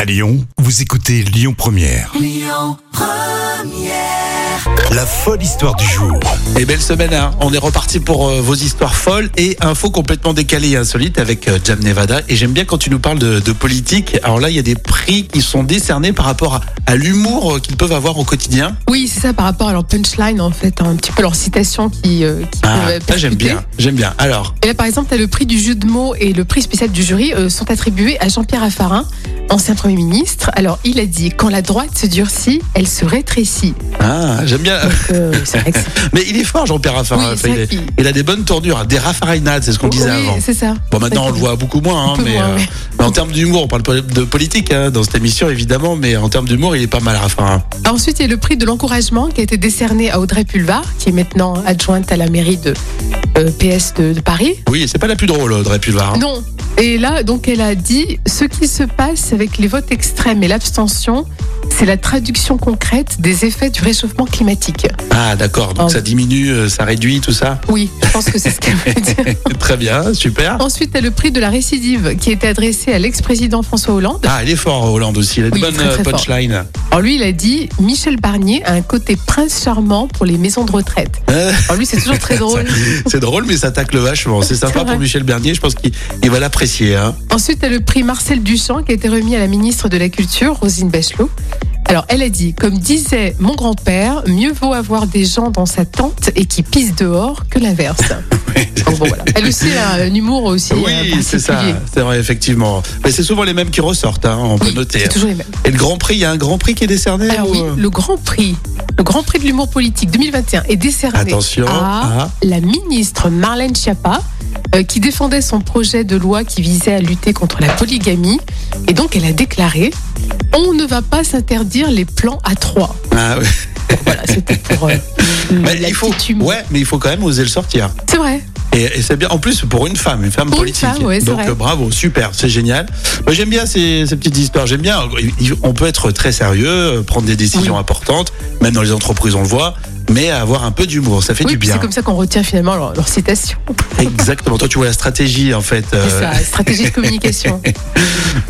À Lyon, vous écoutez Lyon Première. Lyon Première. La folle histoire du jour. Et belle semaine, hein. on est reparti pour euh, vos histoires folles et infos complètement décalées et insolites avec euh, Jam Nevada. Et j'aime bien quand tu nous parles de, de politique. Alors là, il y a des prix qui sont décernés par rapport à, à l'humour euh, qu'ils peuvent avoir au quotidien. Oui, c'est ça par rapport à leur punchline en fait, hein, un petit peu leur citation qui, euh, qui Ah, peuvent ça j'aime percuter. bien, j'aime bien. Alors, Et là ben, par exemple, t'as le prix du jeu de mots et le prix spécial du jury euh, sont attribués à Jean-Pierre Raffarin, ancien Premier ministre. Alors il a dit quand la droite se durcit, elle se rétrécit. ah, j'aime bien. Donc, euh, c'est vrai que c'est- Mais il est fort, Jean-Pierre Raffarin. Oui, Enfin, c'est il, vrai est- qu'il- il a des bonnes tournures, hein, des raffarinades, c'est ce qu'on disait Oui, avant. C'est ça. Bon, maintenant, on le voit beaucoup moins, hein, Un peu mais, moins, euh, ouais. mais en termes d'humour, on parle pas de politique hein, dans cette émission, évidemment, mais en termes d'humour, il est pas mal, Raffarin. Ensuite, il y a le prix de l'encouragement qui a été décerné à Audrey Pulvar, qui est maintenant adjointe à la mairie de euh, PS de- de Paris. Oui, c'est pas la plus drôle, Audrey Pulvar. hein. Non. Et là, donc, elle a dit ce qui se passe avec les votes extrêmes et l'abstention, c'est la traduction concrète des effets du réchauffement climatique. Ah, d'accord, donc Oh. ça diminue, euh, ça réduit, tout ça. Oui, je pense que c'est ce qu'elle veut dire. Très bien, super. Ensuite, t'as le prix de la récidive qui a été adressé à l'ex-président François Hollande. Ah, il est fort, Hollande aussi. Il a de Oui, bonnes très, très euh, punchlines. Alors lui, il a dit Michel Barnier a un côté prince charmant pour les maisons de retraite. Euh. Alors lui, c'est toujours très drôle. C'est drôle, mais ça tacle vachement. C'est C'est sympa vrai. pour Michel Bernier. Je pense qu'il il va l'apprécier. hein. Ensuite, t'as le prix Marcel Duchamp qui a été remis à la ministre de la Culture, Rosine Bachelot. Alors, elle a dit, comme disait mon grand-père, mieux vaut avoir des gens dans sa tente et qui pissent dehors que l'inverse. Donc bon, voilà. Elle aussi elle a un humour aussi. euh, Oui, c'est ça. particulier. C'est vrai, effectivement. Mais c'est souvent les mêmes qui ressortent. hein, on peut Oui, noter. C'est toujours les mêmes. Et le Grand Prix, il y a un Grand Prix qui est décerné Alors ou, oui, euh, le Grand Prix, le Grand Prix de l'humour politique 2021 est décerné Attention. à Ah. la ministre Marlène Schiappa, euh, qui défendait son projet de loi qui visait à lutter contre la polygamie. Et donc, elle a déclaré On ne va pas s'interdire les plans à trois. Ah, oui. Voilà, c'était pour euh, Mais la Bah, il faut, petite humour. ouais, mais il faut quand même oser le sortir. C'est vrai. Et, et c'est bien. En plus, pour une femme, une femme Pour une politique. femme, ouais, c'est Donc vrai. euh, bravo, super, c'est génial. Moi, j'aime bien ces, ces petites histoires. J'aime bien. Il- il- On peut être très sérieux, euh, prendre des décisions Oui. importantes, même dans les entreprises, on le voit, mais avoir un peu d'humour, ça fait Oui, du puis c'est bien. Euh. comme ça qu'on retient finalement leur, leur citation. Exactement. Toi, tu vois la stratégie, en fait. C'est euh, ça, stratégie de communication.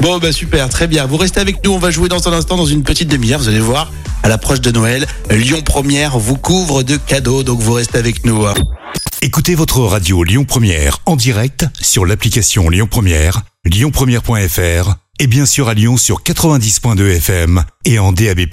Bon, bah super, très bien. Vous restez avec nous, on va jouer dans un instant, dans une petite demi-heure, vous allez voir, à l'approche de Noël, Lyon Première vous couvre de cadeaux, donc vous restez avec nous. hein. Écoutez votre radio Lyon Première en direct sur l'application Lyon Première, lyonpremière.fr et bien sûr à Lyon sur 90.2 FM et en DAB+.